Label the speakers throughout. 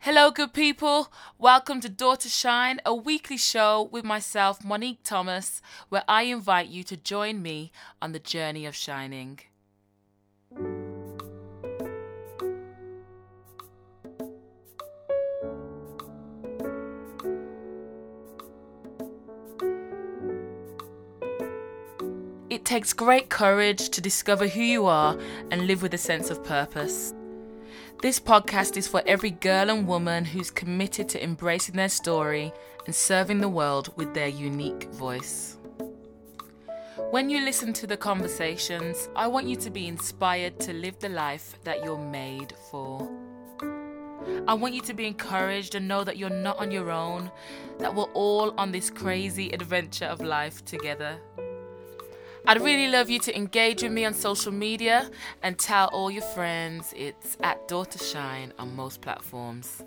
Speaker 1: Hello, good people. Welcome to Door to Shine, a weekly show with myself, Monique Thomas, where I invite you to join me on the journey of shining. It takes great courage to discover who you are and live with a sense of purpose. This podcast is for every girl and woman who's committed to embracing their story and serving the world with their unique voice. When you listen to the conversations, I want you to be inspired to live the life that you're made for. I want you to be encouraged and know that you're not on your own, that we're all on this crazy adventure of life together. I'd really love you to engage with me on social media and tell all your friends. It's at Door to Shine on most platforms.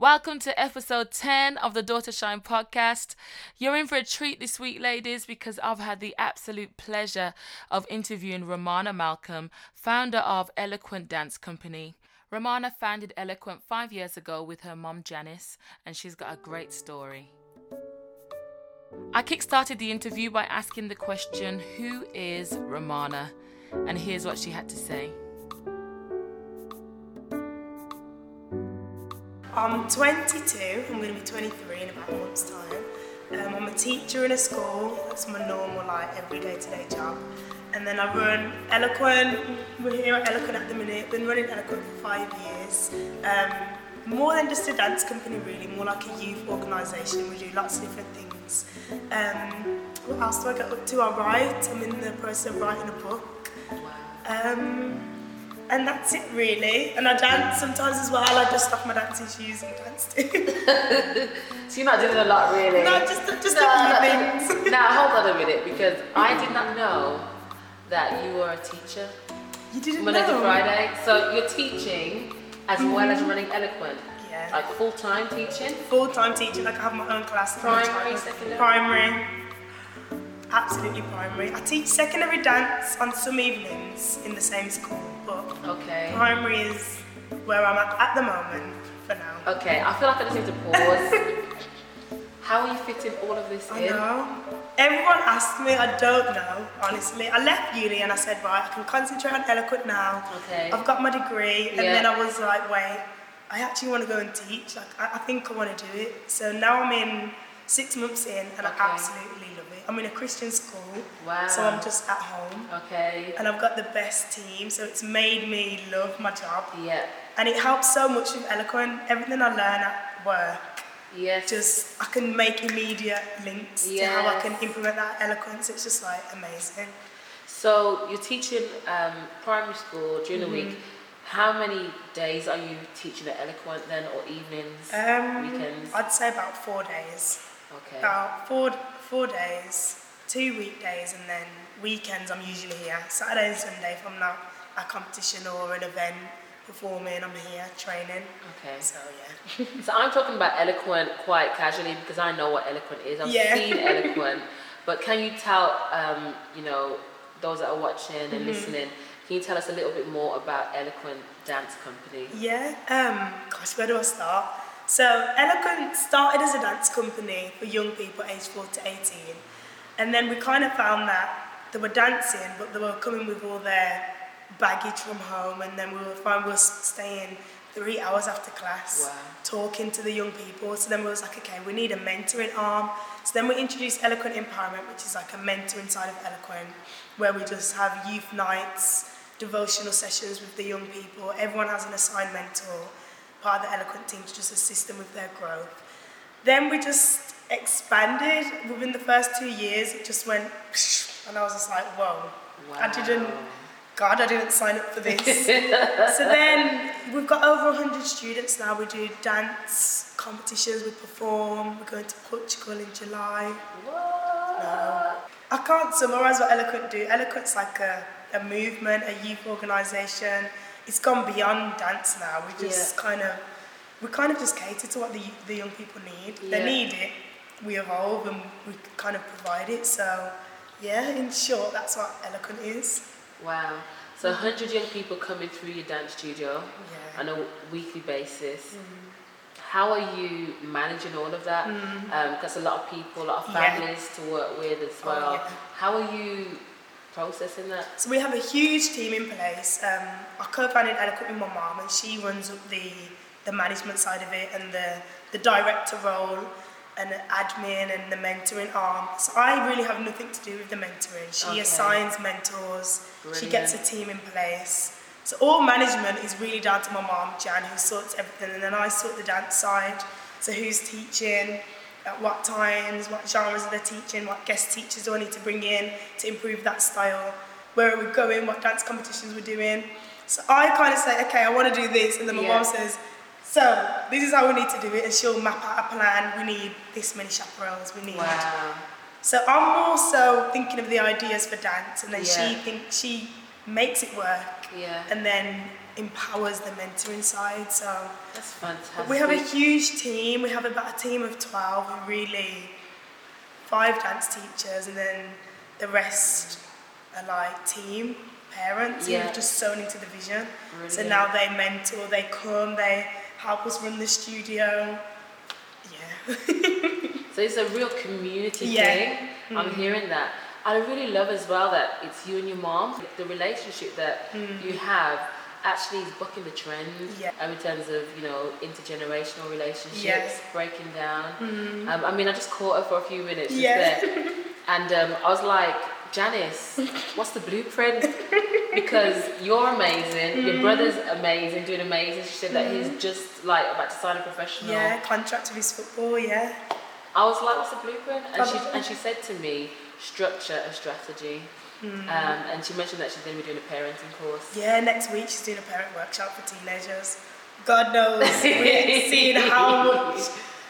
Speaker 1: Welcome to episode 10 of the Door to Shine podcast. You're in for a treat this week, ladies, because I've had the absolute pleasure of interviewing Romana Malcolm, founder of Eloquent Dance Company. Romana founded Eloquent five years ago with her mom Janice, and she's got a great story. I kickstarted the interview by asking the question, Who is Romana? And here's what she had to say.
Speaker 2: I'm 22. I'm going to be 23 in about a month's time. Um, I'm a teacher in a school. That's my normal, like, everyday to day job. And then I run Eloquent. We're here at Eloquent at the minute. Been running Eloquent for five years. Um, more than just a dance company, really. More like a youth organisation. We do lots of different things. Um, what else do I get up to? I write. I'm in the process of writing a book. Um, and that's it really. And I dance sometimes as well. I just stuff my dancing shoes and dance too.
Speaker 3: So you're not doing a lot, really.
Speaker 2: no, just just
Speaker 3: No,
Speaker 2: a few
Speaker 3: no.
Speaker 2: things.
Speaker 3: now hold on a minute, because I did not know that you were a teacher
Speaker 2: You didn't
Speaker 3: Monday
Speaker 2: know.
Speaker 3: to Friday. So you're teaching as well as running eloquent,
Speaker 2: Yeah.
Speaker 3: like full time teaching.
Speaker 2: Full time teaching. Like I have my own class. for my
Speaker 3: Primary,
Speaker 2: child.
Speaker 3: secondary?
Speaker 2: Primary. Absolutely primary. I teach secondary dance on some evenings in the same school, but
Speaker 3: Okay.
Speaker 2: primary is where I'm at at the moment for now.
Speaker 3: Okay. I feel like I just need to pause. How are you fitting all of this
Speaker 2: I
Speaker 3: in?
Speaker 2: know. Everyone asked me, I don't know, honestly. I left uni and I said, right, I can concentrate on eloquent now.
Speaker 3: Okay.
Speaker 2: I've got my degree. And
Speaker 3: Yeah.
Speaker 2: then I was like, wait, I actually want to go and teach. Like, I, I think I want to do it. So now I'm in six months in and
Speaker 3: Okay.
Speaker 2: I absolutely love it. I'm in a Christian school.
Speaker 3: Wow.
Speaker 2: So I'm just at home.
Speaker 3: Okay.
Speaker 2: And I've got the best team. So it's made me love my job.
Speaker 3: Yeah.
Speaker 2: And it helps so much with eloquent. Everything I learn at work
Speaker 3: Yes.
Speaker 2: just I can make immediate links to how I
Speaker 3: Yes.
Speaker 2: can implement that eloquence. It's just like amazing.
Speaker 3: So you're teaching um, primary school during the week.
Speaker 2: Mm-hmm.
Speaker 3: How many days are you teaching at Eloquent then, or evenings,
Speaker 2: Um,
Speaker 3: weekends?
Speaker 2: I'd say about four days.
Speaker 3: okay.
Speaker 2: About four four days, two weekdays, and then weekends. I'm usually here Saturday and Sunday if I'm not at a competition or an event performing. I'm here training.
Speaker 3: Okay.
Speaker 2: So yeah.
Speaker 3: So I'm talking about eloquent quite casually because I know what eloquent is. I've
Speaker 2: Yeah.
Speaker 3: seen eloquent, but can you tell, um, you know, those that are watching and
Speaker 2: Mm-hmm.
Speaker 3: listening, can you tell us a little bit more about Eloquent Dance Company?
Speaker 2: Yeah. Um, gosh, where do I start? So Eloquent started as a dance company for young people aged 4 to 18. And then we kind of found that they were dancing, but they were coming with all their baggage from home. And then we were fine, we were staying three hours after class,
Speaker 3: Wow.
Speaker 2: talking to the young people. So then we was like, okay, we need a mentoring arm. So then we introduced Eloquent Empowerment, which is like a mentoring side of Eloquent, where we just have youth nights, devotional sessions with the young people. Everyone has an assigned mentor, part of the Eloquent team to just assist them with their growth. Then we just expanded within the first two years. It just went, and I was just like, whoa. I didn't,
Speaker 3: Wow.
Speaker 2: God, I didn't sign up for this. so then we've got over 100 students now. We do dance competitions, we perform, we're going to Portugal in July. I can't summarise what Eloquent do. Eloquent's like a, a movement, a youth organisation. It's gone beyond dance now. We just
Speaker 3: Yeah.
Speaker 2: kind of, we kind of just cater to what the, the young people need. They
Speaker 3: Yeah.
Speaker 2: need it. We evolve and we kind of provide it. So, yeah, in short, that's what Eloquent is.
Speaker 3: Wow. So 100 young people coming through your dance studio
Speaker 2: Yeah.
Speaker 3: on a weekly basis.
Speaker 2: Mm.
Speaker 3: How are you managing all of that? Because a lot of people, a lot of
Speaker 2: Yeah.
Speaker 3: families to work with as
Speaker 2: Oh,
Speaker 3: well.
Speaker 2: yeah.
Speaker 3: How are you processing that?
Speaker 2: So we have a huge team in place. Um, I co-founded Eloquent with my mum, and she runs up the the management side of it and the the director role and the admin and the mentoring arm. So I really have nothing to do with the mentoring. She
Speaker 3: Okay.
Speaker 2: assigns mentors. She
Speaker 3: Brilliant.
Speaker 2: gets a team in place. So all management is really down to my mum, Jan, who sorts everything, and then I sort the dance side. So who's teaching, at what times, what genres are they teaching, what guest teachers do I need to bring in to improve that style, where are we going, what dance competitions we're doing. So I kind of say, okay, I want to do this, and then my
Speaker 3: Yeah.
Speaker 2: mum says, so this is how we need to do it, and she'll map out a plan. We need this many chaperones, we need
Speaker 3: Wow.
Speaker 2: so I'm also thinking of the ideas for dance, and then she
Speaker 3: Yeah.
Speaker 2: thinks she makes it work,
Speaker 3: Yeah.
Speaker 2: and then empowers the mentoring side. So
Speaker 3: That's fantastic.
Speaker 2: we have a huge team. We have about a team of twelve, who really five dance teachers, and then the rest are like team parents
Speaker 3: Yeah.
Speaker 2: who've just sewn into the vision. So
Speaker 3: Brilliant.
Speaker 2: now they mentor, they come, they help us run the studio. Yeah.
Speaker 3: So it's a real community
Speaker 2: Yeah. Mm.
Speaker 3: thing. I'm hearing that. And I really love as well that it's you and your mom. The relationship that you have actually is bucking the trend
Speaker 2: Mm. Yeah.
Speaker 3: um, in terms of you know intergenerational relationships
Speaker 2: Yes. Mm.
Speaker 3: breaking down. Um, I mean, I just caught her for a few minutes just
Speaker 2: Yeah.
Speaker 3: there, and um, I was like, Janice, what's the blueprint? Because you're amazing,
Speaker 2: Mm.
Speaker 3: your brother's amazing, doing amazing. She said that he's just like about to sign a professional.
Speaker 2: yeah, contract with his football, yeah.
Speaker 3: I was like, what's the blueprint? And she,
Speaker 2: Probably.
Speaker 3: and she said to me, structure and strategy.
Speaker 2: Hmm.
Speaker 3: Um, and she mentioned that she's going to be doing a parenting course.
Speaker 2: Yeah, next week she's doing a parent workshop for teenagers. God knows, we're seeing how much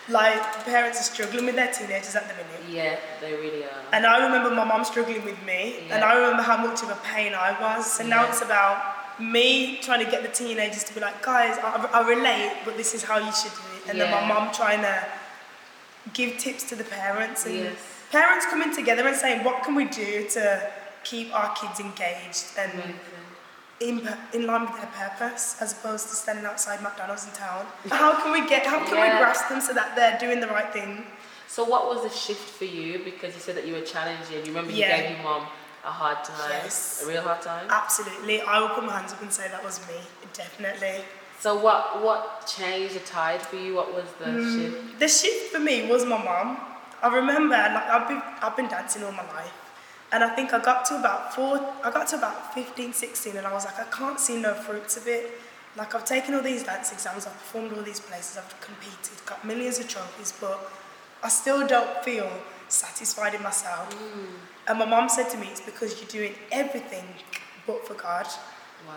Speaker 2: like parents are struggling with their teenagers at the minute.
Speaker 3: Yeah, they really are.
Speaker 2: And I remember my mum struggling with me, and
Speaker 3: Yeah.
Speaker 2: I remember how much of a pain I was. And now
Speaker 3: Yeah.
Speaker 2: it's about me trying to get the teenagers to be like, guys, I, I relate, but this is how you should do it. And then
Speaker 3: Yeah.
Speaker 2: my mum trying to give tips to the parents and
Speaker 3: Yes.
Speaker 2: parents coming together and saying, what can we do to keep our kids engaged and
Speaker 3: Amazing.
Speaker 2: in, in line with their purpose as opposed to standing outside McDonald's in town. How can we get, how can
Speaker 3: Yeah.
Speaker 2: we grasp them so that they're doing the right thing?
Speaker 3: So, what was the shift for you? Because you said that you were challenging. You remember you
Speaker 2: Yeah.
Speaker 3: gave your mom a hard time,
Speaker 2: Yes.
Speaker 3: a real hard time.
Speaker 2: Absolutely. I will put my hands up and say that was me, definitely.
Speaker 3: So, what what changed the tide for you? What was the
Speaker 2: Hmm.
Speaker 3: shift?
Speaker 2: The shift for me was my mum. I remember, like, I've been, I've been dancing all my life. And I think I got to about four, I got to about 15, 16, and I was like, I can't see no fruits of it. Like, I've taken all these dance exams, I've performed all these places, I've competed, got millions of trophies, but I still don't feel satisfied in myself. And my mum said to me, it's because you're doing everything but for God.
Speaker 3: Wow.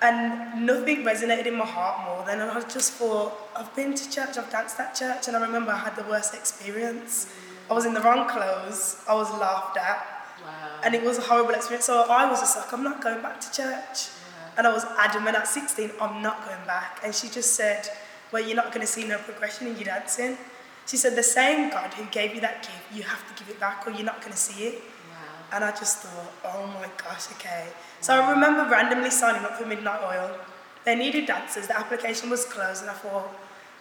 Speaker 2: And nothing resonated in my heart more than and I just thought, I've been to church, I've danced at church, and I remember I had the worst experience. I was in the wrong clothes, I was laughed at,
Speaker 3: Wow.
Speaker 2: and it was a horrible experience. So I was just like, I'm not going back to church. And I was adamant at 16, I'm not going back. And she just said, Well, you're not going to see no progression in your dancing. She said, The same God who gave you that gift, you have to give it back or you're not going to see it.
Speaker 3: wow.
Speaker 2: And I just thought, oh my gosh, okay. So I remember randomly signing up for Midnight Oil. They needed dancers, the application was closed, and I thought,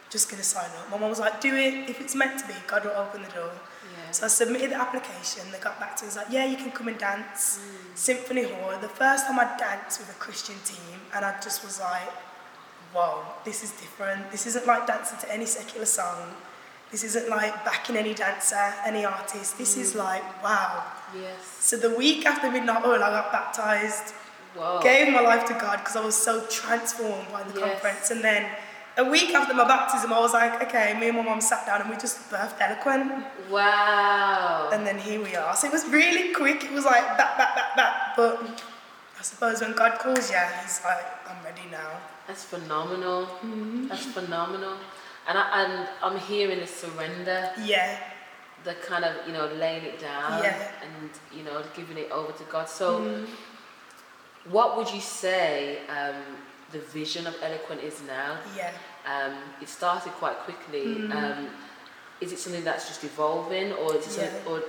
Speaker 2: just gonna sign up. My mum was like, do it, if it's meant to be, God will open the door.
Speaker 3: Yeah.
Speaker 2: So I submitted the application, they got back to me, was like, yeah, you can come and dance. Symphony Hall, the first time I danced with a Christian team, and I just was like, whoa, this is different. This isn't like dancing to any secular song. This isn't like backing any dancer, any artist. This is like, wow,
Speaker 3: yes.
Speaker 2: so the week after Midnight Oil, I got baptized,
Speaker 3: Wow.
Speaker 2: gave my life to God because I was so transformed by the
Speaker 3: Oh. Yes.
Speaker 2: conference. And then a week after my baptism, I was like, okay, me and my mum sat down and we just birthed Eloquent.
Speaker 3: Wow.
Speaker 2: And then here we are. So it was really quick. It was like, back, back, back, back. But I suppose when God calls you, He's like, I'm ready now.
Speaker 3: That's phenomenal.
Speaker 2: Mm-hmm.
Speaker 3: That's phenomenal. And, I, and I'm hearing the surrender,
Speaker 2: Yeah,
Speaker 3: the kind of, you know, laying it down
Speaker 2: Yeah.
Speaker 3: and, you know, giving it over to God. So,
Speaker 2: Mm-hmm.
Speaker 3: what would you say um, the vision of Eloquent is now?
Speaker 2: yeah.
Speaker 3: Um, it
Speaker 2: Mm-hmm.
Speaker 3: started quite quickly. Um, is it something that's just evolving or is it
Speaker 2: Yeah. Mm-hmm.
Speaker 3: something, or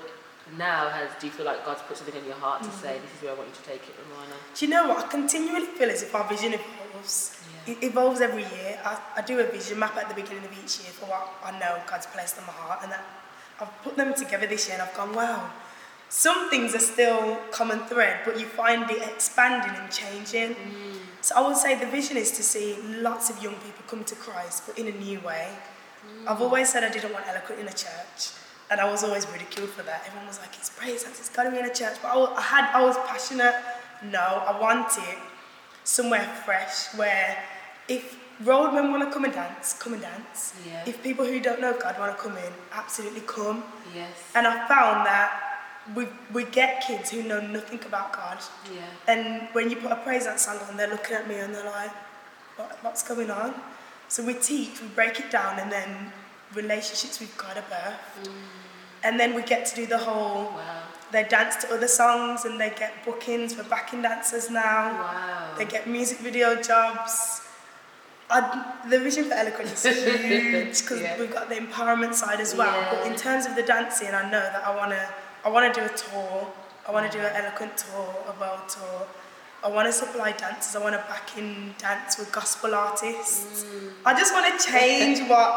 Speaker 3: now has do you feel like God's put something in your heart to say this is where I want you to take it, Romana?
Speaker 2: Do you know what? I continually feel as if our vision evolves.
Speaker 3: Yeah.
Speaker 2: It evolves every year. I, I do a vision map at the beginning of each year for what I know God's placed in my heart, and that I've put them together this year, and I've gone, wow. Some things are still common thread, but you find it expanding and changing. So I would say the vision is to see lots of young people come to Christ, but in a new way. I've always said I didn't want eloquent in a church, and I was always ridiculed for that. Everyone was like, "It's praise hands, it's got to be in a church." But I, wa- I had, I was passionate. No, I want it somewhere fresh where if road men want to come and dance, come and dance.
Speaker 3: Yeah.
Speaker 2: If people who don't know God want to come in, absolutely come.
Speaker 3: Yes.
Speaker 2: And I found that we we get kids who know nothing about God.
Speaker 3: Yeah.
Speaker 2: And when you put a praise dance song on, they're looking at me and they're like, what, what's going on? So we teach, we break it down, and then relationships with God are birth. And then we get to do the whole,
Speaker 3: Wow.
Speaker 2: they dance to other songs and they get bookings for backing dancers now.
Speaker 3: Wow.
Speaker 2: They get music video jobs. I, the vision for Eloquent is huge because
Speaker 3: Yeah.
Speaker 2: we've got the empowerment side as well. But in
Speaker 3: Yeah.
Speaker 2: terms of the dancing, I know that I wanna I wanna do a tour. I wanna do an Eloquent tour, a world tour. I wanna supply dancers. I wanna back in dance with gospel artists.
Speaker 3: Mm.
Speaker 2: I just wanna change what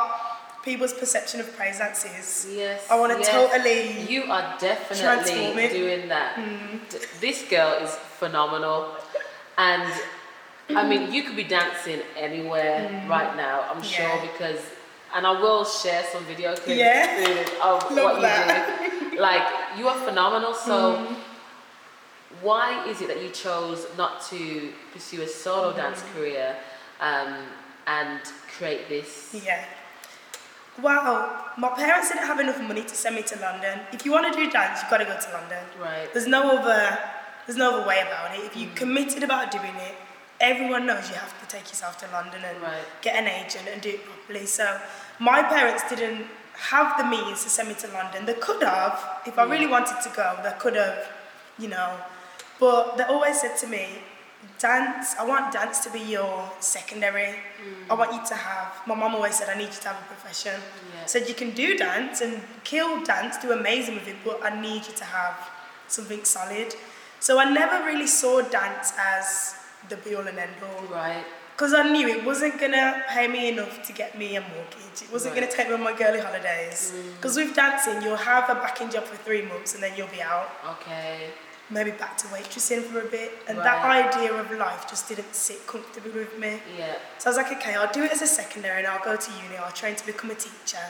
Speaker 2: people's perception of praise dance is.
Speaker 3: Yes.
Speaker 2: I wanna
Speaker 3: yes.
Speaker 2: totally
Speaker 3: You are
Speaker 2: transform
Speaker 3: definitely
Speaker 2: it. Hmm.
Speaker 3: doing that. D- This girl is phenomenal, and I mean, you could be dancing anywhere right now. I'm
Speaker 2: Hmm. Yeah.
Speaker 3: sure because, and I will share some video clips
Speaker 2: Yeah.
Speaker 3: soon of
Speaker 2: Love
Speaker 3: what
Speaker 2: that. Hmm.
Speaker 3: you do. Like you are phenomenal. So. Why is it that you chose not to pursue a solo
Speaker 2: Hmm.
Speaker 3: dance career um, and create this?
Speaker 2: Yeah. Wow, my parents didn't have enough money to send me to London. If you want to do dance, you've got to go to London.
Speaker 3: Right.
Speaker 2: There's no other, there's no other way about it. If
Speaker 3: Mm.
Speaker 2: you're committed about doing it, everyone knows you have to take yourself to London and
Speaker 3: Right.
Speaker 2: get an agent and do it properly. So my parents didn't have the means to send me to London. They could have, if I really wanted to go, they could have, you know. But they always said to me, dance, I want dance to be your secondary.
Speaker 3: Mm.
Speaker 2: I want you to have, my mum always said, I need you to have a profession.
Speaker 3: Yeah.
Speaker 2: Said you can do dance and kill dance, do amazing with it, but I need you to have something solid. So I never really saw dance as the be all and end all.
Speaker 3: Right.
Speaker 2: Because I knew it wasn't going to pay me enough to get me a mortgage. It wasn't
Speaker 3: Right. Mm.
Speaker 2: going to take me on my girly holidays. Because with dancing, you'll have a backing job for three months and then you'll be out.
Speaker 3: Okay.
Speaker 2: Maybe back to waitressing for a bit. And
Speaker 3: Right.
Speaker 2: that idea of life just didn't sit comfortably with me.
Speaker 3: Yeah.
Speaker 2: So I was like, okay, I'll do it as a secondary and I'll go to uni. I'll train to become a teacher.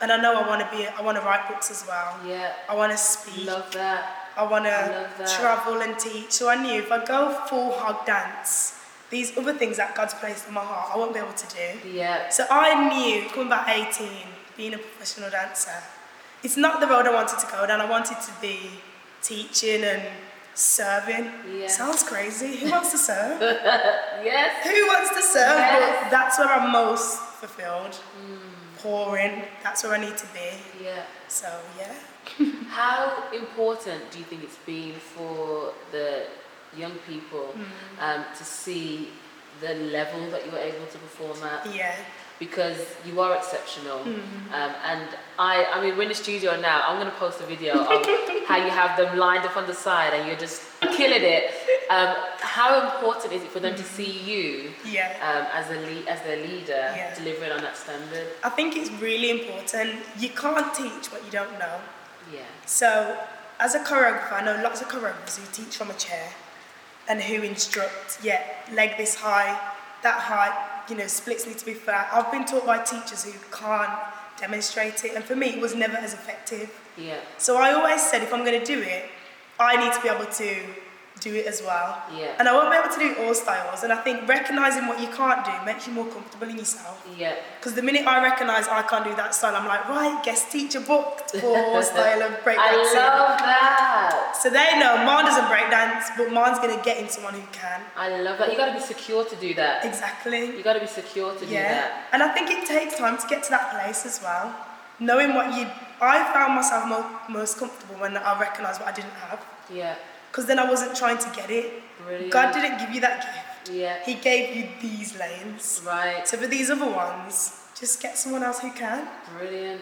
Speaker 2: And I know I want to be, I want to write books as well.
Speaker 3: Yeah.
Speaker 2: I want to speak.
Speaker 3: Love that.
Speaker 2: I want
Speaker 3: I
Speaker 2: to
Speaker 3: love that.
Speaker 2: travel and teach. So I knew if I go full hog dance, these other things that God's placed in my heart, I won't be able to do.
Speaker 3: Yeah.
Speaker 2: So I knew, coming back 18, being a professional dancer, it's not the road I wanted to go down. I wanted to be teaching and serving.
Speaker 3: Yeah.
Speaker 2: Sounds crazy. Who wants to serve?
Speaker 3: Yes.
Speaker 2: Who wants to serve?
Speaker 3: Yes.
Speaker 2: But that's where I'm most fulfilled. Pouring. That's where I need to be.
Speaker 3: Yeah.
Speaker 2: So yeah.
Speaker 3: How important do you think it's been for the young people um, to see the level that you're able to perform at?
Speaker 2: Yeah.
Speaker 3: Because you are exceptional. Um, and I, I mean, we're in the studio now. I'm going to post a video of how you have them lined up on the side and you're just killing it. Um, how important is it for them to see you
Speaker 2: Yeah.
Speaker 3: um, as, a lead, as their leader
Speaker 2: Yeah.
Speaker 3: delivering on that standard?
Speaker 2: I think it's really important. You can't teach what you don't know.
Speaker 3: Yeah.
Speaker 2: So, as a choreographer, I know lots of choreographers who teach from a chair and who instruct, yeah, leg this high, that high, you know, splits need to be flat. I've been taught by teachers who can't demonstrate it, and for me, it was never as effective.
Speaker 3: Yeah.
Speaker 2: So, I always said if I'm going to do it, I need to be able to do it as well.
Speaker 3: Yeah.
Speaker 2: And I won't be able to do all styles, and I think recognizing what you can't do makes you more comfortable in yourself.
Speaker 3: Yeah.
Speaker 2: Because the minute I recognise I can't do that style, I'm like, right, guest teacher booked for style of
Speaker 3: I
Speaker 2: breakdancing.
Speaker 3: love that.
Speaker 2: So they know mine doesn't breakdance, but mine's gonna get in someone who can.
Speaker 3: I love that. You gotta be secure to do that.
Speaker 2: Exactly.
Speaker 3: You gotta be secure to do
Speaker 2: Yeah.
Speaker 3: that.
Speaker 2: And I think it takes time to get to that place as well. Knowing what you, I found myself mo- most comfortable when I recognised what I didn't have,
Speaker 3: Yeah.
Speaker 2: because then I wasn't trying to get it.
Speaker 3: Brilliant.
Speaker 2: God didn't give you that gift.
Speaker 3: Yeah.
Speaker 2: He gave you these lanes.
Speaker 3: Right.
Speaker 2: So for these other ones, just get someone else who can.
Speaker 3: Brilliant.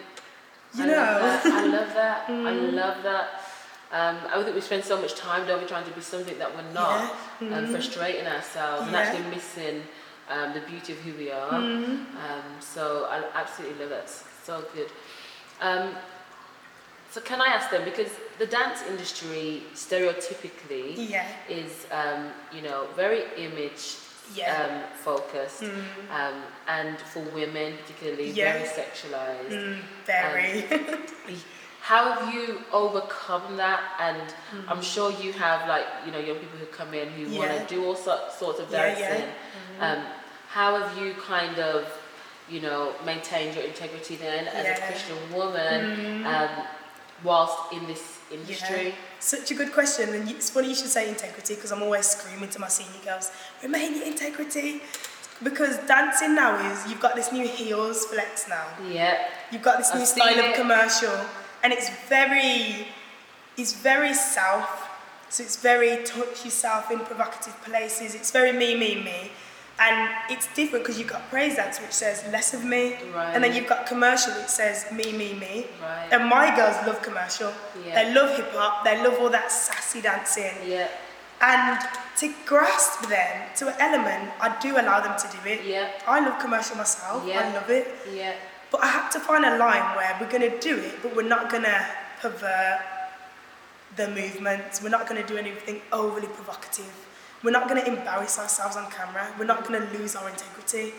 Speaker 2: You
Speaker 3: I
Speaker 2: know. Mm.
Speaker 3: Love that. I love that. I love that. Um, I think we spend so much time, don't we, trying to be something that we're not,
Speaker 2: Yeah. Mm-hmm.
Speaker 3: and frustrating ourselves and
Speaker 2: Yeah.
Speaker 3: actually missing um, the beauty of who we are.
Speaker 2: Mm-hmm.
Speaker 3: Um, so I absolutely love that. It's so good. Um, so can I ask them because the dance industry stereotypically
Speaker 2: Yeah.
Speaker 3: is um, you know very image
Speaker 2: Yeah. Hmm.
Speaker 3: um, focused um, and for women particularly
Speaker 2: Yeah. Hmm.
Speaker 3: very sexualized.
Speaker 2: Mm, very.
Speaker 3: How have you overcome that? And I'm sure you have like you know young people who come in who
Speaker 2: Hmm. Yeah.
Speaker 3: want to do all sorts sorts of
Speaker 2: Yeah, Hmm. yeah.
Speaker 3: dancing. Um, how have you kind of you know maintained your integrity then as a
Speaker 2: Yeah. Hmm.
Speaker 3: Christian woman um, whilst in this industry?
Speaker 2: Yeah. Such a good question, and it's funny you should say integrity because I'm always screaming to my senior girls, remain your integrity. Because dancing now is you've got this new heels flex now.
Speaker 3: Yeah.
Speaker 2: You've got this
Speaker 3: I've
Speaker 2: new
Speaker 3: seen
Speaker 2: style
Speaker 3: it.
Speaker 2: of commercial, and it's very, it's very south. So it's very touch yourself in provocative places. It's very me, me, me, and it's different because you've got praise dance which says less of me, and
Speaker 3: Right.
Speaker 2: then you've got commercial which says me, me, me.
Speaker 3: Right.
Speaker 2: And my girls love commercial.
Speaker 3: Yeah.
Speaker 2: They love hip hop. They love all that sassy dancing.
Speaker 3: Yeah.
Speaker 2: And to grasp them to an element, I do allow them to do it.
Speaker 3: Yeah.
Speaker 2: I love commercial myself.
Speaker 3: Yeah.
Speaker 2: I love it.
Speaker 3: Yeah.
Speaker 2: But I had to find a line where we're going to do it, but we're not going to pervert the movements. We're not going to do anything overly provocative. We're not going to embarrass ourselves on camera. We're not going to lose our integrity.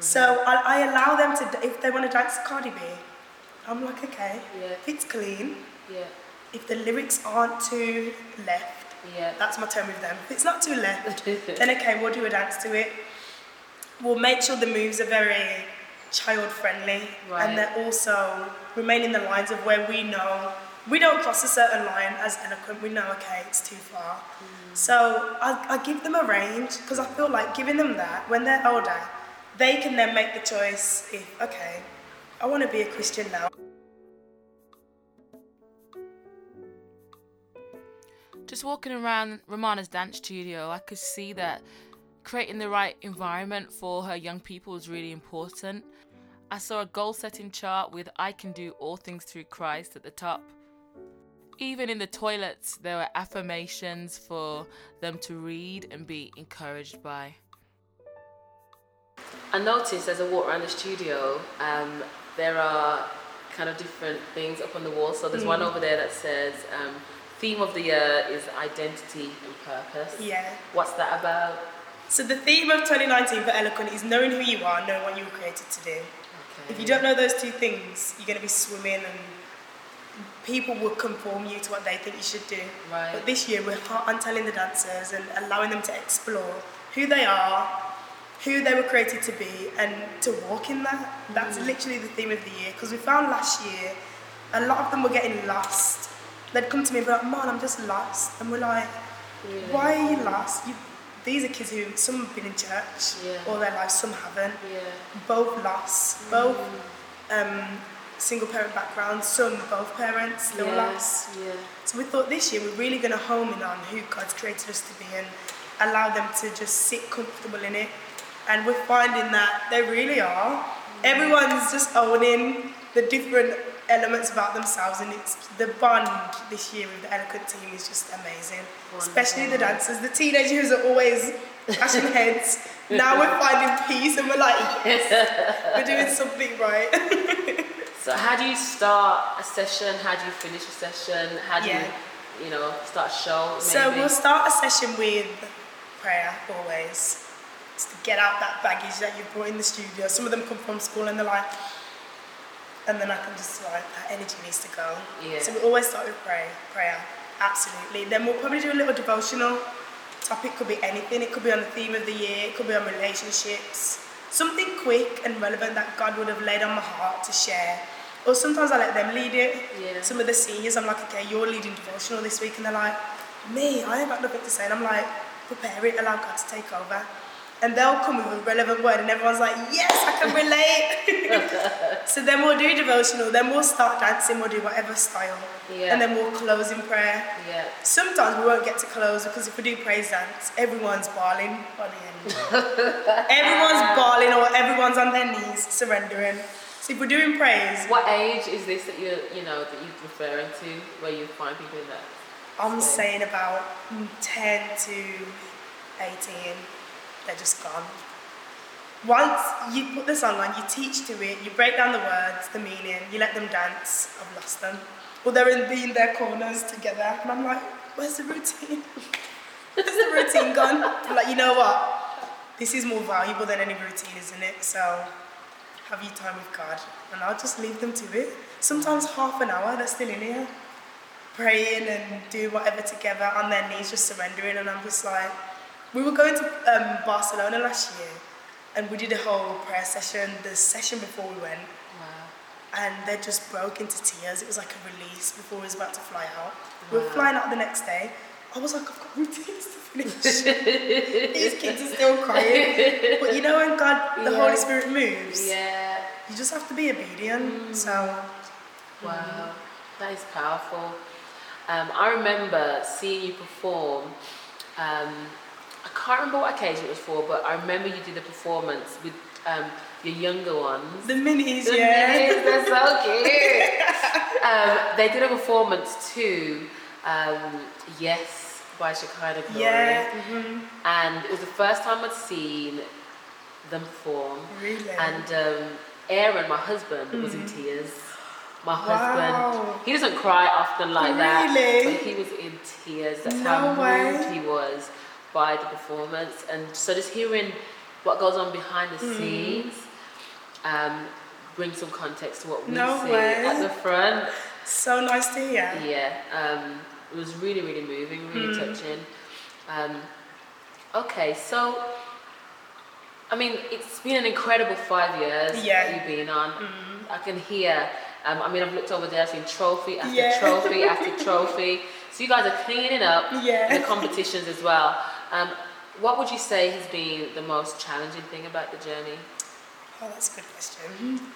Speaker 2: So I, I allow them to, if they want to dance Cardi B, I'm like, okay,
Speaker 3: Yeah.
Speaker 2: if it's clean,
Speaker 3: Yeah.
Speaker 2: if the lyrics aren't too left,
Speaker 3: Yeah.
Speaker 2: that's my term with them. If it's not too left, then okay, we'll do a dance to it. We'll make sure the moves are very child friendly
Speaker 3: Right.
Speaker 2: and they're also remaining the lines of where we know we don't cross a certain line as eloquent, we know okay, it's too far. So I, I give them a range because I feel like giving them that when they're older, they can then make the choice if, okay, I want to be a Christian now.
Speaker 1: Just walking around Romana's dance studio, I could see that creating the right environment for her young people is really important. I saw a goal setting chart with I can do all things through Christ at the top. Even in the toilets, there were affirmations for them to read and be encouraged by.
Speaker 3: I noticed as I walk around the studio, um, there are kind of different things up on the wall. So there's
Speaker 2: Hmm.
Speaker 3: one over there that says um, theme of the year is identity and purpose.
Speaker 2: Yeah.
Speaker 3: What's that about?
Speaker 2: So the theme of 2019 for Eloquent is knowing who you are, knowing what you were created to do.
Speaker 3: Okay.
Speaker 2: If you don't know those two things, you're going to be swimming and people will conform you to what they think you should do.
Speaker 3: Right.
Speaker 2: But this year, we're hot on telling the dancers and allowing them to explore who they are, who they were created to be, and to walk in that. That's
Speaker 3: Mm.
Speaker 2: literally the theme of the year because we found last year a lot of them were getting lost. They'd come to me and be like, Mom, I'm just lost. And we're like, Why are you lost? You, these are kids who, some have been in church
Speaker 3: Yeah.
Speaker 2: all their lives, some haven't
Speaker 3: Yeah.
Speaker 2: both lost, both um, single parent backgrounds, some both parents, still
Speaker 3: yeah.
Speaker 2: lost.
Speaker 3: Yeah.
Speaker 2: So we thought this year we're really going to home in on who God's created us to be and allow them to just sit comfortable in it. And we're finding that they really are. Everyone's just owning the different elements about themselves, and it's the bond this year with the Eloquent team is just amazing. Especially the dancers, the teenagers who are always bashing heads. Now we're finding peace, and we're like, yes, we're doing something right.
Speaker 3: So how do you start a session? How do you finish a session? How do
Speaker 2: Yeah.
Speaker 3: you, you know, start a show? Oh, Maybe?
Speaker 2: So we'll start a session with prayer always. It's to get out that baggage that you brought in the studio. Some of them come from school and they're like, and then I can just like that energy needs to go.
Speaker 3: Yeah.
Speaker 2: So we always start with prayer. Prayer, absolutely. Then we'll probably do a little devotional. Topic could be anything. It could be on the theme of the year. It could be on relationships. Something quick and relevant that God would have laid on my heart to share. Or sometimes I let them lead it.
Speaker 3: Yeah.
Speaker 2: Some of the seniors, I'm like, okay, you're leading devotional this week, and they're like, me, I ain't got nothing to say. And I'm like, prepare it, allow God to take over. And they'll come with a relevant word, and everyone's like, yes, I can relate. So then we'll do devotional, then we'll start dancing, we'll do whatever style,
Speaker 3: Yeah.
Speaker 2: and then we'll close in prayer.
Speaker 3: yeah.
Speaker 2: Sometimes we won't get to close because if we do praise dance, everyone's bawling by the end. everyone's bawling or everyone's on their knees surrendering. So if we're doing praise,
Speaker 3: What age is this that you are you know that you're referring to where you find people in that
Speaker 2: I'm
Speaker 3: So-
Speaker 2: saying about 10 to 18, they're just gone. Once you put this online, you teach to it, you break down the words, the meaning, you let them dance, I've lost them. Or they're in, in their corners together, and I'm like, where's the routine? where's the routine gone? I'm like, you know what? This is more valuable than any routine, isn't it? So have your time with God, and I'll just leave them to it. Sometimes half an hour, they're still in here, praying and do whatever together on their knees, just surrendering. And I'm just like, we were going to um, Barcelona last year, and we did a whole prayer session the session before we went,
Speaker 3: Wow.
Speaker 2: and they just broke into tears. It was like a release before we was about to fly out. We were flying out the next day. I was like, I've got routines to finish. These kids are still crying. But you know when God, the
Speaker 3: Yeah.
Speaker 2: Holy Spirit moves,
Speaker 3: Yeah. Mm.
Speaker 2: you just have to be obedient. So Mm-hmm.
Speaker 3: Wow, that is powerful. Um, I remember seeing you perform. Um, I can't remember what occasion it was for, but I remember you did a performance with um, your younger ones.
Speaker 2: the minis,
Speaker 3: The
Speaker 2: yeah.
Speaker 3: minis, they're so cute. um, they did a performance to um, Yes by Shekinah Glory.
Speaker 2: Yeah,
Speaker 3: And it was the first time I'd seen them perform.
Speaker 2: Mm-hmm. Really?
Speaker 3: And um, Aaron, my husband, was in tears. My
Speaker 2: Mm. Wow.
Speaker 3: husband, he doesn't cry often like that,
Speaker 2: Really?
Speaker 3: but he was in tears. That's
Speaker 2: No
Speaker 3: how moved
Speaker 2: way.
Speaker 3: he was by the performance. And so just hearing what goes on behind the
Speaker 2: Mm.
Speaker 3: scenes um, brings some context to what we
Speaker 2: No
Speaker 3: see
Speaker 2: way.
Speaker 3: at the front.
Speaker 2: so nice to hear.
Speaker 3: Yeah, um, it was really, really moving, really
Speaker 2: Hmm.
Speaker 3: touching. Um, okay, so I mean, it's been an incredible five years
Speaker 2: Yeah. Hmm.
Speaker 3: that you've been on. I can hear. Um, I mean, I've looked over there. I've seen trophy after
Speaker 2: Yeah.
Speaker 3: trophy after trophy. So you guys are cleaning up
Speaker 2: Yeah.
Speaker 3: the competitions as well. Um, what would you say has been the most challenging thing about the journey?
Speaker 2: Oh, that's a good question.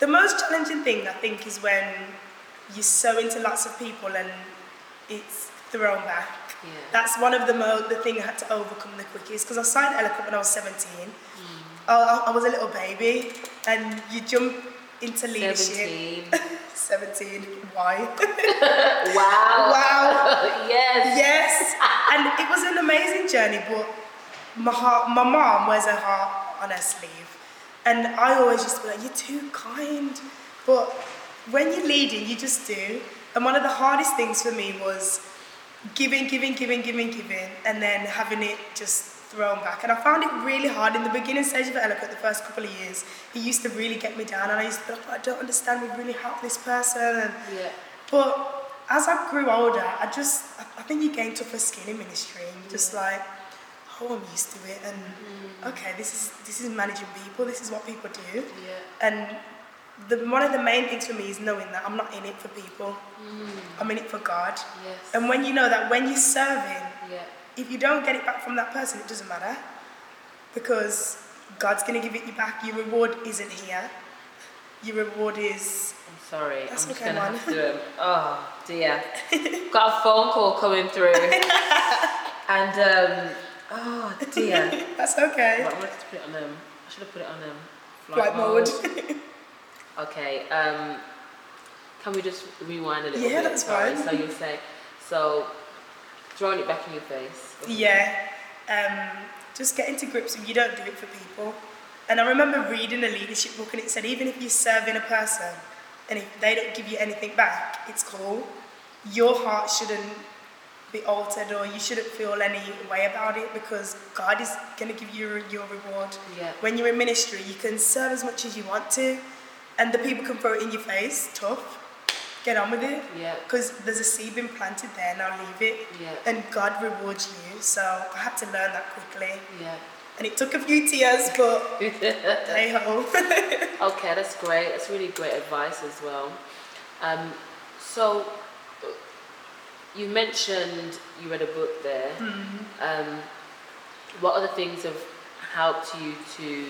Speaker 2: The most challenging thing I think is when you're so into lots of people and it's thrown back.
Speaker 3: Yeah.
Speaker 2: That's one of the mo- the thing I had to overcome the quickest because I signed Eloquent when I was 17.
Speaker 3: Mm.
Speaker 2: I, I- I was a little baby, and you jump into leadership.
Speaker 3: Seventeen.
Speaker 2: 17. Why?
Speaker 3: wow.
Speaker 2: wow.
Speaker 3: yes.
Speaker 2: Yes, and it was an amazing journey. But my heart, my mom wears her heart on her sleeve, and I always used to be like, "You're too kind," but when you're leading, you just do. And one of the hardest things for me was giving, giving, giving, giving, giving, and then having it just thrown back. And I found it really hard in the beginning stage of Eloquent, the first couple of years. It used to really get me down, and I used to be like, "Oh, "I don't understand. We really helped this person." And
Speaker 3: Yeah.
Speaker 2: but as I grew older, I just, I I think you gain tougher skin in ministry. And you're
Speaker 3: Mm.
Speaker 2: just like, oh, I'm used to it. And okay, this is, this is managing people. This is what people do.
Speaker 3: Yeah.
Speaker 2: And the, one of the main things for me is knowing that I'm not in it for people. I'm in it for God.
Speaker 3: Mm. Yes.
Speaker 2: And when you know that when you're serving,
Speaker 3: Yeah.
Speaker 2: if you don't get it back from that person, it doesn't matter. Because God's going to give it you back. Your reward isn't here. Your reward is
Speaker 3: I'm sorry.
Speaker 2: That's
Speaker 3: I'm just
Speaker 2: okay,
Speaker 3: gonna
Speaker 2: Mon.
Speaker 3: have to do it. Oh dear. Got a phone call coming through. and um oh dear.
Speaker 2: that's okay.
Speaker 3: Right, I'm gonna have to put it on um I should have put it on um flight,
Speaker 2: Flight
Speaker 3: mode.
Speaker 2: mode.
Speaker 3: Okay, um can we just rewind a little
Speaker 2: Yeah,
Speaker 3: bit?
Speaker 2: that's
Speaker 3: Sorry.
Speaker 2: fine.
Speaker 3: So you say so throwing it back in your face.
Speaker 2: yeah. Um, just getting to grips with you don't do it for people. And I remember reading a leadership book and it said even if you're serving a person and if they don't give you anything back, it's cool. Your heart shouldn't be altered or you shouldn't feel any way about it because God is going to give you your reward.
Speaker 3: Yeah.
Speaker 2: When you're in ministry, you can serve as much as you want to and the people can throw it in your face, tough. Get on with it.
Speaker 3: Yeah.
Speaker 2: Because there's a seed been planted there, now leave it.
Speaker 3: Yeah.
Speaker 2: And God rewards you. So I had to learn that quickly.
Speaker 3: Yeah.
Speaker 2: And it took a few tears, but hey ho.
Speaker 3: Okay, that's great. That's really great advice as well. Um, so, uh, you mentioned you read a book there.
Speaker 2: Mm-hmm.
Speaker 3: Um, what other things have helped you to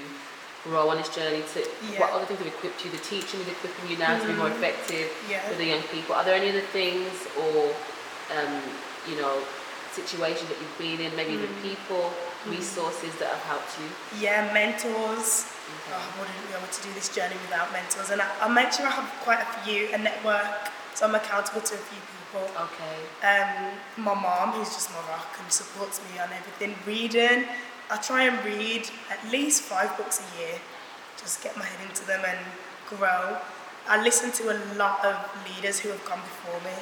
Speaker 3: grow on this journey? To
Speaker 2: Yeah. Mm-hmm.
Speaker 3: what other things have equipped you? The teaching is equipping you now to be more effective
Speaker 2: Yeah.
Speaker 3: with the young people. Are there any other things or um, you know situations that you've been in? Maybe
Speaker 2: Mm.
Speaker 3: even people, resources that have helped you.
Speaker 2: yeah, mentors. Oh, I wouldn't be able to do this journey without mentors. And I, I make sure I have quite a few, a network, so I'm accountable to a few people. people.
Speaker 3: Okay.
Speaker 2: Um, my mom, who's just my rock and supports me on everything, reading. I try and read at least five books a year, just get my head into them and grow. I listen to a lot of leaders who have gone before me.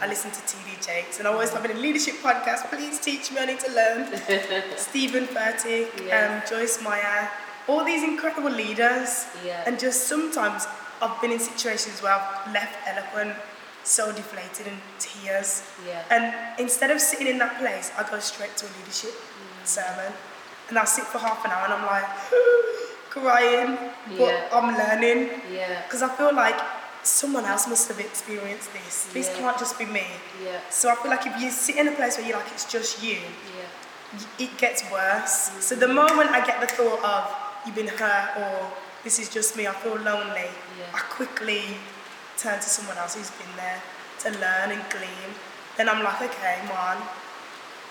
Speaker 2: I listen to TD Jakes and I always have a leadership podcast. Please teach me, I need to learn. Stephen Furtick,
Speaker 3: Yeah.
Speaker 2: um, Joyce Meyer, all these incredible leaders.
Speaker 3: Yeah.
Speaker 2: And just sometimes I've been in situations where I've left eloquent, so deflated in tears.
Speaker 3: Yeah.
Speaker 2: And instead of sitting in that place, I go straight to a leadership
Speaker 3: Mm.
Speaker 2: sermon. And I sit for half an hour and I'm like crying, but
Speaker 3: Yeah.
Speaker 2: I'm learning.
Speaker 3: Yeah.
Speaker 2: Because I feel like someone else must have experienced this. This
Speaker 3: Yeah.
Speaker 2: can't just be me.
Speaker 3: Yeah.
Speaker 2: So I feel like if you sit in a place where you're like, it's just you,
Speaker 3: Yeah.
Speaker 2: it gets worse. So the moment I get the thought of you've been hurt or this is just me, I feel lonely,
Speaker 3: Yeah.
Speaker 2: I quickly turn to someone else who's been there to learn and glean. Then I'm like, okay, man,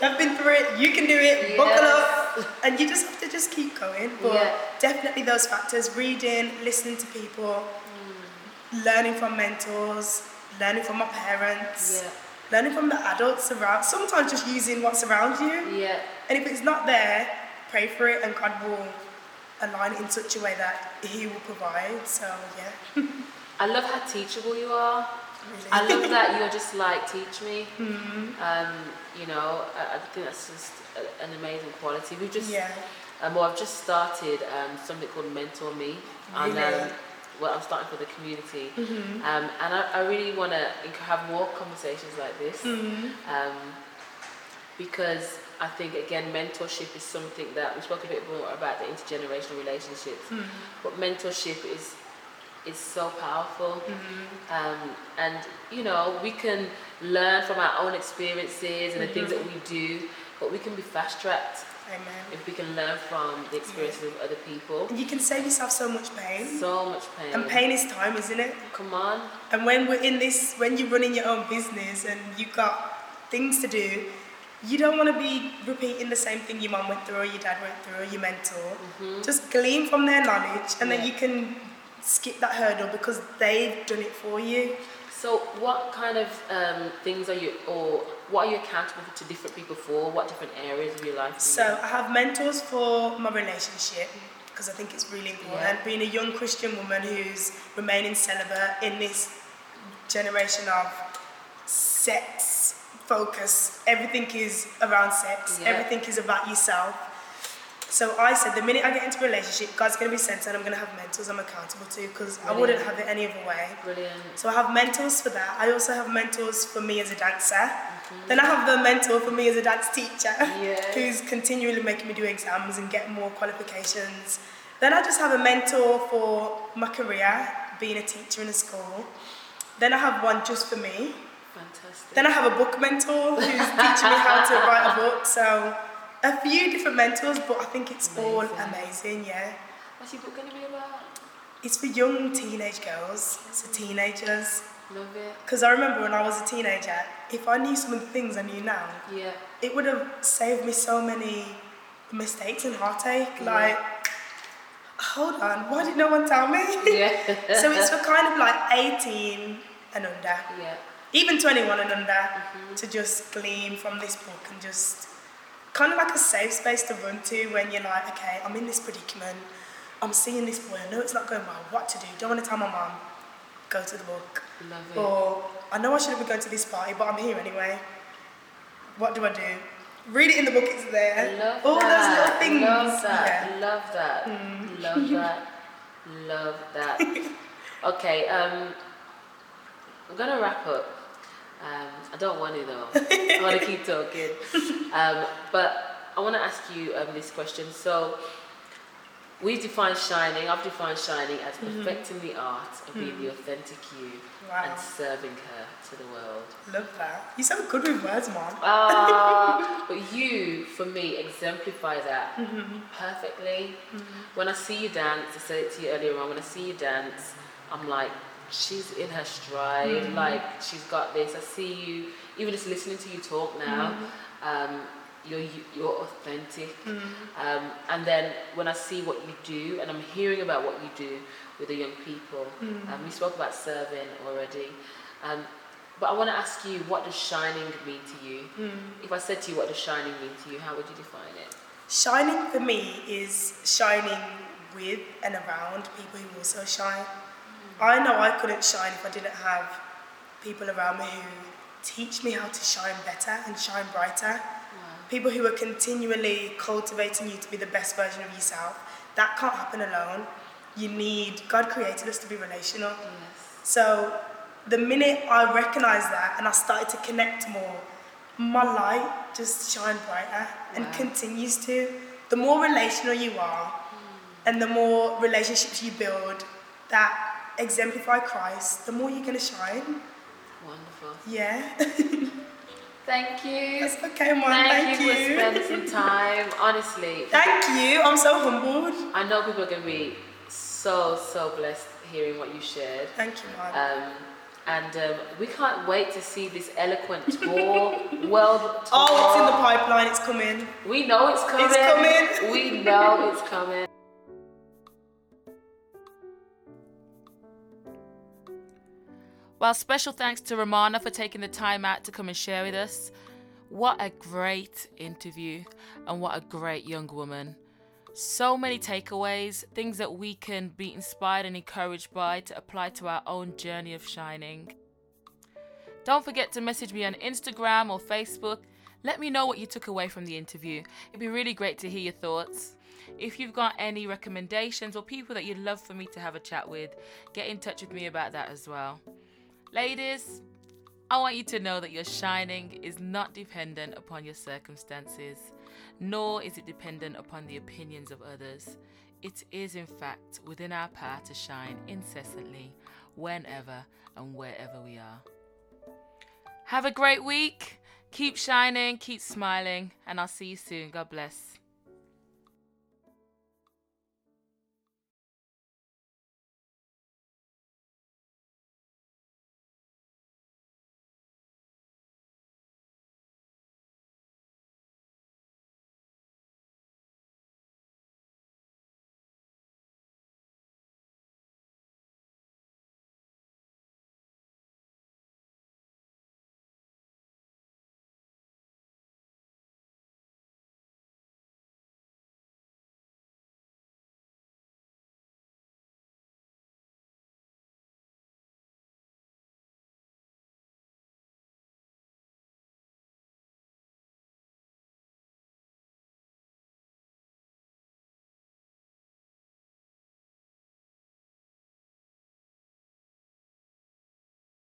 Speaker 2: I've been through it, you can do it, buckle up. And you just have to just keep going. But
Speaker 3: Yeah.
Speaker 2: definitely those factors, reading, listening to people,
Speaker 3: Mm.
Speaker 2: learning from mentors, learning from my parents,
Speaker 3: Yeah.
Speaker 2: learning from the adults around, sometimes just using what surrounds you.
Speaker 3: Yeah.
Speaker 2: And if it's not there, pray for it, and God will align it in such a way that He will provide. So yeah,
Speaker 3: I love how teachable you are.
Speaker 2: Really.
Speaker 3: I love that you're just like teach me. Um, you know, I, I think that's just a, an amazing quality. We've just,
Speaker 2: Yeah.
Speaker 3: um, well, I've just started um, something called Mentor Me, and
Speaker 2: Really?
Speaker 3: um, well, I'm starting for the community, um, and I, I really want to have more conversations like this. Um, because I think again mentorship is something that we spoke a bit more about the intergenerational relationships, but mentorship is is so powerful, um, and you know we can learn from our own experiences and the things that we do, but we can be fast tracked
Speaker 2: Amen.
Speaker 3: if we can learn from the experiences of other people.
Speaker 2: And you can save yourself so much pain,
Speaker 3: So much pain.
Speaker 2: and pain is time, isn't it?
Speaker 3: Come on.
Speaker 2: And when we're in this, when you're running your own business and you've got things to do, you don't want to be repeating the same thing your mum went through, or your dad went through, or your mentor. Just glean from their knowledge, and
Speaker 3: Mm-hmm. Yeah.
Speaker 2: then you can skip that hurdle because they've done it for you.
Speaker 3: So, what kind of um, things are you, or what are you accountable to different people for? What different areas of your life? do you-
Speaker 2: So I have mentors for my relationship because I think it's really important. Being a young Christian woman who's remaining celibate in this generation of sex focus, everything is around sex,
Speaker 3: Yeah.
Speaker 2: everything is about yourself. So I said, the minute I get into a relationship, God's going to be sent and I'm going to have mentors I'm accountable to because I wouldn't have it any other way.
Speaker 3: Brilliant.
Speaker 2: So I have mentors for that. I also have mentors for me as a dancer. Then I have the mentor for me as a dance teacher
Speaker 3: Yeah.
Speaker 2: who's continually making me do exams and get more qualifications. Then I just have a mentor for my career, being a teacher in a school. Then I have one just for me.
Speaker 3: Fantastic.
Speaker 2: Then I have a book mentor who's teaching me how to write a book. So a few different mentors, but I think it's all
Speaker 3: Amazing.
Speaker 2: amazing, yeah.
Speaker 3: What's your book going to be about?
Speaker 2: It's for young teenage girls, so teenagers.
Speaker 3: Love it.
Speaker 2: Because I remember when I was a teenager, if I knew some of the things I knew now,
Speaker 3: Yeah.
Speaker 2: it would have saved me so many mistakes and heartache. Like, hold on, why did no one tell me?
Speaker 3: Yeah.
Speaker 2: so it's for kind of like 18 and under,
Speaker 3: Yeah.
Speaker 2: even 21 and under, to just glean from this book and just kind of like a safe space to run to when you're like, okay, I'm in this predicament, I'm seeing this boy, I know it's not going well, what to do, don't want to tell my mum, go to the book.
Speaker 3: Love it.
Speaker 2: Or I know I shouldn't be going to this party, but I'm here anyway. What do I do? Read it in the book, it's there.
Speaker 3: Love
Speaker 2: All
Speaker 3: that.
Speaker 2: those little things.
Speaker 3: Love that.
Speaker 2: Yeah.
Speaker 3: Love that. Love that. Love that. Okay. Um, I'm gonna wrap up. Um, I don't want to though. I want to keep talking. Um, but I want to ask you um, this question. So. We define shining, I've defined shining as perfecting the art of being the authentic you
Speaker 2: Wow.
Speaker 3: and serving her to the world.
Speaker 2: Love that. You sound good with words, mom.
Speaker 3: Ah, but you, for me, exemplify that perfectly. When I see you dance, I said it to you earlier on, when I see you dance, I'm like, she's in her stride, like, she's got this. I see you, even just listening to you talk now, um, you're, you- you're authentic. Um, and then when I see what you do, and I'm hearing about what you do with the young people, um, we spoke about serving already. Um,
Speaker 4: But I want to ask you, what does shining mean to you?
Speaker 2: Hmm.
Speaker 4: If I said to you, what does shining mean to you? How would you define it?
Speaker 2: Shining for me is shining with and around people who also shine. I know I couldn't shine if I didn't have people around me who teach me how to shine better and shine brighter. People who are continually cultivating you to be the best version of yourself. That can't happen alone. You need, God created us to be relational. So the minute I recognized that and I started to connect more, my light just shined brighter and
Speaker 4: Wow.
Speaker 2: continues to. The more relational you are and the more relationships you build that exemplify Christ, the more you're going to shine.
Speaker 4: Wonderful.
Speaker 2: Yeah.
Speaker 4: Thank you.
Speaker 2: That's okay, Mom.
Speaker 4: Thank,
Speaker 2: Thank,
Speaker 4: you for
Speaker 2: you.
Speaker 4: spending some time. Honestly,
Speaker 2: Thank you. I'm so humbled.
Speaker 4: I know people are going to be so, so blessed hearing what you shared.
Speaker 2: Thank you, Mom.
Speaker 4: Um, and um, we can't wait to see this eloquent tour, world tour.
Speaker 2: oh, it's in the pipeline. It's coming.
Speaker 4: We know it's coming.
Speaker 2: coming.
Speaker 4: We know it's coming.
Speaker 3: Well, special thanks to Romana for taking the time out to come and share with us. What a great interview and what a great young woman. So many takeaways, things that we can be inspired and encouraged by to apply to our own journey of shining. Don't forget to message me on Instagram or Facebook. Let me know what you took away from the interview. It'd be really great to hear your thoughts. If you've got any recommendations or people that you'd love for me to have a chat with, get in touch with me about that as well. Ladies, I want you to know that your shining is not dependent upon your circumstances, nor is it dependent upon the opinions of others. It is, in fact, within our power to shine incessantly, whenever and wherever we are. Have a great week. Keep shining, keep smiling, and I'll see you soon. God bless.